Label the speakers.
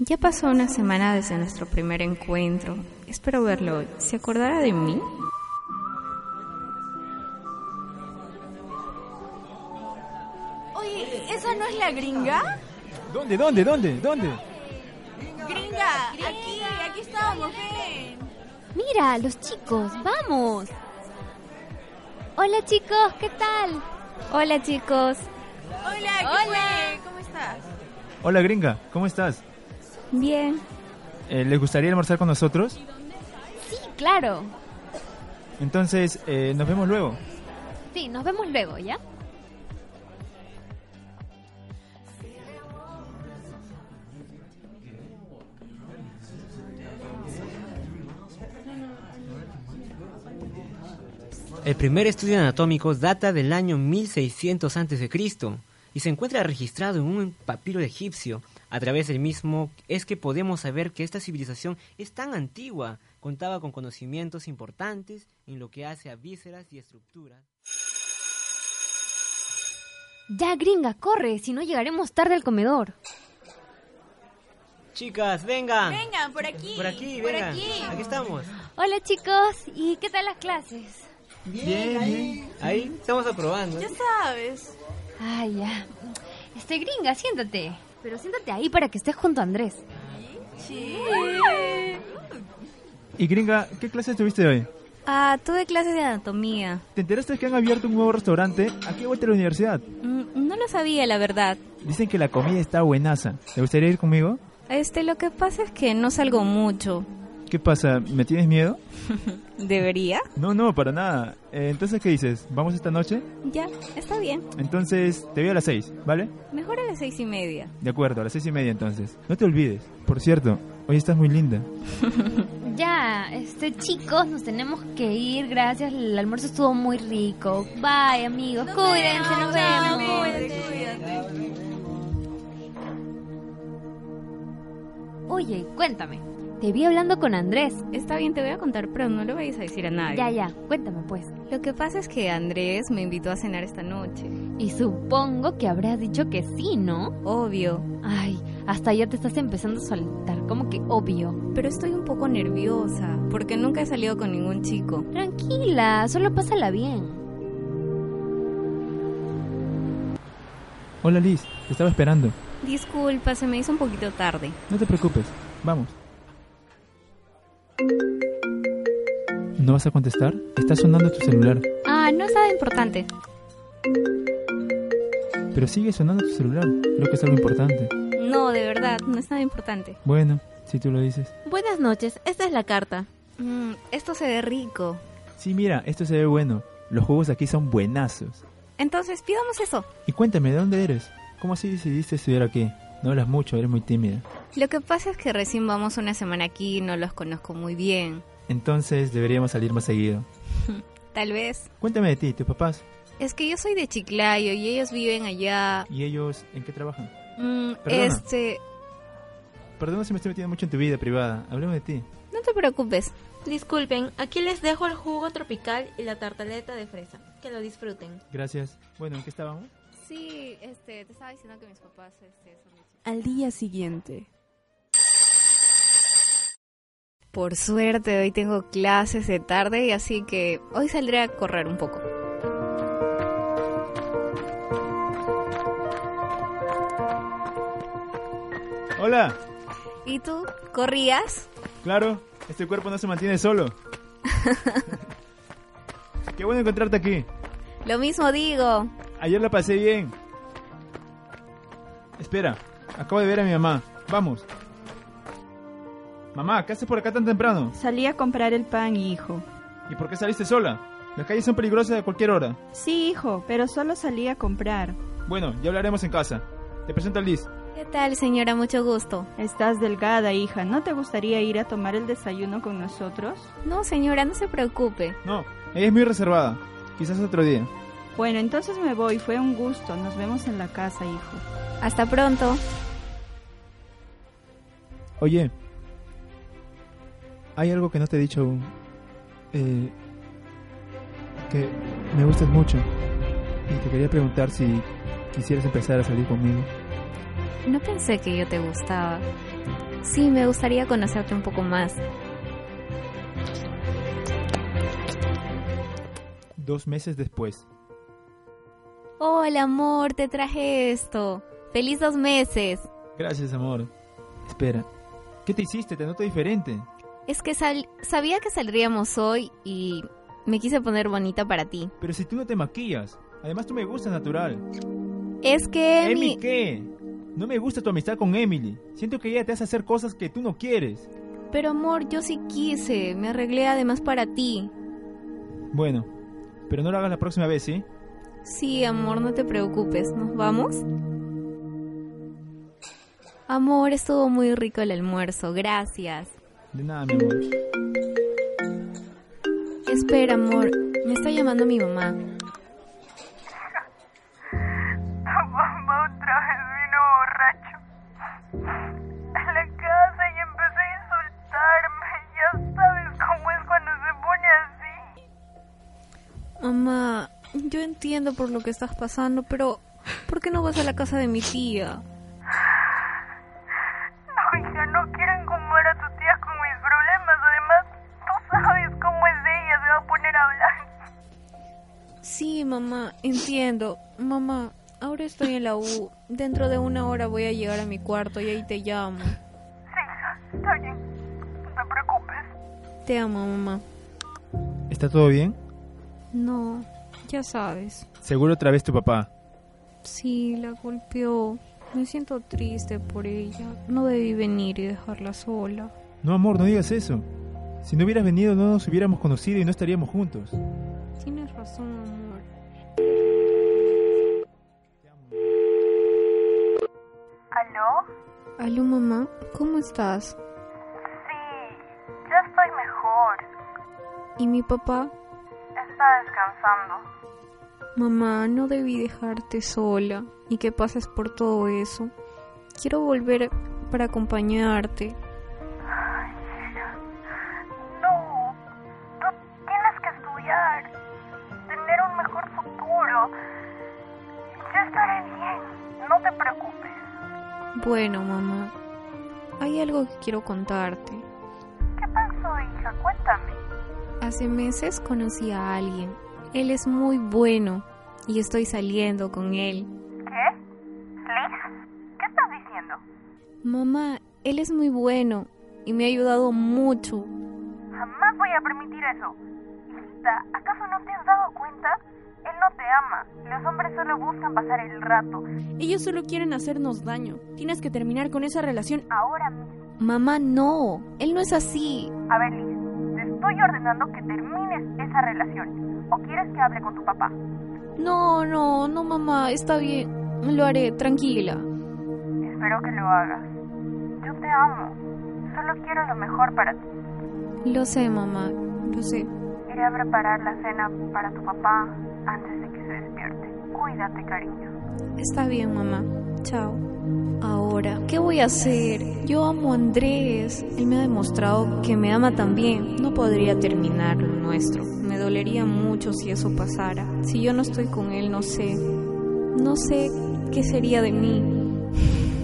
Speaker 1: Ya pasó una semana desde nuestro primer encuentro. Espero verlo hoy. ¿Se acordará de mí?
Speaker 2: Oye, ¿esa no es la gringa?
Speaker 3: ¿Dónde, dónde, dónde, dónde?
Speaker 2: Gringa, aquí, aquí estamos, ven.
Speaker 4: Mira, los chicos, vamos. Hola chicos, ¿qué tal?
Speaker 1: Hola chicos.
Speaker 2: Hola, ¿qué fue? ¿Cómo estás?
Speaker 3: Hola gringa, ¿cómo estás?
Speaker 1: Bien.
Speaker 3: Eh, ¿Les gustaría almorzar con nosotros?
Speaker 4: Sí, claro.
Speaker 3: Entonces, eh, nos vemos luego.
Speaker 4: Sí, nos vemos luego, ¿ya?
Speaker 5: El primer estudio anatómico data del año 1600 a.C. y se encuentra registrado en un papiro egipcio. A través del mismo es que podemos saber que esta civilización es tan antigua, contaba con conocimientos importantes en lo que hace a vísceras y estructuras.
Speaker 4: Ya, gringa, corre, si no llegaremos tarde al comedor.
Speaker 5: Chicas, vengan.
Speaker 2: Vengan, por aquí.
Speaker 5: Por aquí,
Speaker 2: por
Speaker 5: vengan.
Speaker 2: aquí.
Speaker 5: Aquí estamos.
Speaker 4: Hola chicos, ¿y qué tal las clases?
Speaker 3: Bien, bien.
Speaker 5: Ahí estamos aprobando.
Speaker 2: Ya sabes.
Speaker 4: Ay, ya. Este gringa, siéntate. Pero siéntate ahí para que estés junto a Andrés.
Speaker 2: Sí.
Speaker 3: Y gringa, ¿qué clase tuviste hoy?
Speaker 1: Ah, tuve clases de anatomía.
Speaker 3: ¿Te enteraste que han abierto un nuevo restaurante aquí a vuelta de la universidad?
Speaker 1: Mm, No lo sabía, la verdad.
Speaker 3: Dicen que la comida está buenaza. ¿Te gustaría ir conmigo?
Speaker 1: Este, lo que pasa es que no salgo mucho.
Speaker 3: ¿Qué pasa? ¿Me tienes miedo?
Speaker 1: ¿Debería?
Speaker 3: No, no, para nada. Eh, entonces, ¿qué dices? ¿Vamos esta noche?
Speaker 1: Ya, está bien.
Speaker 3: Entonces, te veo a las seis, ¿vale?
Speaker 1: Mejor a las seis y media.
Speaker 3: De acuerdo, a las seis y media entonces. No te olvides. Por cierto, hoy estás muy linda.
Speaker 4: Ya, este chicos, nos tenemos que ir, gracias. El almuerzo estuvo muy rico. Bye, amigos. Cuídense, nos vemos.
Speaker 2: Cuídate, cuídate.
Speaker 4: Oye, cuéntame. Te vi hablando con Andrés.
Speaker 1: Está bien, te voy a contar, pero no lo vayas a decir a nadie.
Speaker 4: Ya, ya, cuéntame pues.
Speaker 1: Lo que pasa es que Andrés me invitó a cenar esta noche.
Speaker 4: Y supongo que habrás dicho que sí, ¿no?
Speaker 1: Obvio.
Speaker 4: Ay, hasta ya te estás empezando a soltar, como que obvio.
Speaker 1: Pero estoy un poco nerviosa, porque nunca he salido con ningún chico.
Speaker 4: Tranquila, solo pásala bien.
Speaker 3: Hola Liz, te estaba esperando.
Speaker 1: Disculpa, se me hizo un poquito tarde.
Speaker 3: No te preocupes, vamos. ¿No vas a contestar? Está sonando tu celular,
Speaker 4: Ah, no es nada importante.
Speaker 3: pero sigue sonando tu celular. Creo que es algo importante.
Speaker 1: No, de verdad, no es nada importante.
Speaker 3: Bueno, si tú lo dices.
Speaker 6: Buenas noches, esta es la carta.
Speaker 1: Mm, esto se ve rico.
Speaker 3: Sí, mira, esto se ve bueno. Los juegos aquí son buenazos.
Speaker 1: Entonces, pidamos eso.
Speaker 3: Y cuéntame, ¿de dónde eres? ¿Cómo así decidiste estudiar aquí? No hablas mucho, eres muy tímida.
Speaker 1: Lo que pasa es que recién vamos una semana aquí y no los conozco muy bien.
Speaker 3: Entonces deberíamos salir más seguido.
Speaker 1: Tal vez.
Speaker 3: Cuéntame de ti, tus papás.
Speaker 1: Es que yo soy de Chiclayo y ellos viven allá.
Speaker 3: ¿Y ellos en qué trabajan?
Speaker 1: Mm,
Speaker 3: Perdona.
Speaker 1: este.
Speaker 3: Perdona si me estoy metiendo mucho en tu vida privada. Hablemos de ti.
Speaker 1: No te preocupes.
Speaker 6: Disculpen, aquí les dejo el jugo tropical y la tartaleta de fresa. Que lo disfruten.
Speaker 3: Gracias. Bueno, ¿en qué estábamos?
Speaker 1: Sí, este, te estaba diciendo que mis papás este, son de
Speaker 2: Al día siguiente.
Speaker 1: Por suerte, hoy tengo clases de tarde y así que hoy saldré a correr un poco.
Speaker 3: Hola.
Speaker 1: ¿Y tú? ¿Corrías?
Speaker 3: Claro, este cuerpo no se mantiene solo. Qué bueno encontrarte aquí.
Speaker 1: Lo mismo digo.
Speaker 3: Ayer la pasé bien. Espera, acabo de ver a mi mamá. Vamos. Mamá, ¿qué haces por acá tan temprano?
Speaker 7: Salí a comprar el pan, hijo.
Speaker 3: ¿Y por qué saliste sola? Las calles son peligrosas a cualquier hora.
Speaker 7: Sí, hijo, pero solo salí a comprar.
Speaker 3: Bueno, ya hablaremos en casa. Te presento a Liz.
Speaker 1: ¿Qué tal, señora? Mucho gusto.
Speaker 7: Estás delgada, hija. ¿No te gustaría ir a tomar el desayuno con nosotros?
Speaker 1: No, señora, no se preocupe.
Speaker 3: No, ella es muy reservada. Quizás otro día.
Speaker 7: Bueno, entonces me voy. Fue un gusto. Nos vemos en la casa, hijo.
Speaker 1: Hasta pronto.
Speaker 3: Oye, hay algo que no te he dicho aún. Eh, que me gustas mucho. Y te quería preguntar si quisieras empezar a salir conmigo.
Speaker 1: No pensé que yo te gustaba. Sí, me gustaría conocerte un poco más.
Speaker 3: Dos meses después.
Speaker 1: Hola, amor, te traje esto. Feliz dos meses.
Speaker 3: Gracias, amor. Espera. ¿Qué te hiciste? Te noto diferente.
Speaker 1: Es que sal- sabía que saldríamos hoy y me quise poner bonita para ti.
Speaker 3: Pero si tú no te maquillas. Además, tú me gustas natural.
Speaker 1: Es que
Speaker 3: ¿Emi
Speaker 1: mi-
Speaker 3: qué? No me gusta tu amistad con Emily. Siento que ella te hace hacer cosas que tú no quieres.
Speaker 1: Pero amor, yo sí quise. Me arreglé además para ti.
Speaker 3: Bueno, pero no lo hagas la próxima vez, ¿sí?
Speaker 1: Sí, amor, no te preocupes. ¿Nos vamos? Amor, estuvo muy rico el almuerzo. Gracias.
Speaker 3: De nada, mi amor.
Speaker 1: Espera, amor. Me está llamando mi mamá.
Speaker 8: Mamá otra vez vino borracho a la casa y empezó a insultarme. Ya sabes cómo es cuando se pone así.
Speaker 1: Mamá, yo entiendo por lo que estás pasando, pero ¿por qué no vas a la casa de mi tía?
Speaker 8: No, hija, no quiero incomodar a tu tía con mis problemas. Además, tú sabes cómo es ella, se va a poner a hablar.
Speaker 1: Sí, mamá, entiendo. Mamá, ahora estoy en la U. Dentro de una hora voy a llegar a mi cuarto y ahí te llamo.
Speaker 8: Sí, hija, está bien. No te preocupes.
Speaker 1: Te amo, mamá.
Speaker 3: ¿Está todo bien?
Speaker 1: No, ya sabes.
Speaker 3: Seguro otra vez tu papá.
Speaker 1: Sí, la golpeó. Me siento triste por ella. No debí venir y dejarla sola.
Speaker 3: No, amor, no digas eso. Si no hubieras venido, no nos hubiéramos conocido y no estaríamos juntos.
Speaker 1: Tienes razón, amor.
Speaker 8: ¿Aló?
Speaker 1: Aló, mamá, ¿cómo estás?
Speaker 8: Sí, ya estoy mejor.
Speaker 1: ¿Y mi papá?
Speaker 8: Está descansando.
Speaker 1: Mamá, no debí dejarte sola y que pases por todo eso. Quiero volver para acompañarte.
Speaker 8: No, tú tienes que estudiar, tener un mejor futuro. Yo estaré bien, no te preocupes.
Speaker 1: Bueno, mamá, hay algo que quiero contarte.
Speaker 8: ¿Qué pasó, hija? Cuéntame.
Speaker 1: Hace meses conocí a alguien. Él es muy bueno y estoy saliendo con él.
Speaker 8: ¿Qué? ¿Liz? ¿Qué estás diciendo?
Speaker 1: Mamá, él es muy bueno y me ha ayudado mucho.
Speaker 8: Jamás voy a permitir eso. Hijita, ¿acaso no te has dado cuenta? Él no te ama. Los hombres solo buscan pasar el rato.
Speaker 7: Ellos solo quieren hacernos daño. Tienes que terminar con esa relación.
Speaker 8: Ahora mismo.
Speaker 1: Mamá, no, él no es así.
Speaker 8: A ver, Liz, te estoy ordenando que termines esa relación. ¿O quieres que hable con tu papá?
Speaker 1: No, no, no, mamá, está bien. Lo haré, tranquila.
Speaker 8: Espero que lo hagas. Yo te amo. Solo quiero lo mejor para ti.
Speaker 1: Lo sé, mamá, lo sé.
Speaker 8: Iré a preparar la cena para tu papá antes de que se despierte. Cuídate, cariño.
Speaker 1: Está bien, mamá. Chao. Ahora, ¿qué voy a hacer? Yo amo a Andrés. Él me ha demostrado que me ama también. No podría terminar lo nuestro. Me dolería mucho si eso pasara. Si yo no estoy con él, no sé. No sé qué sería de mí.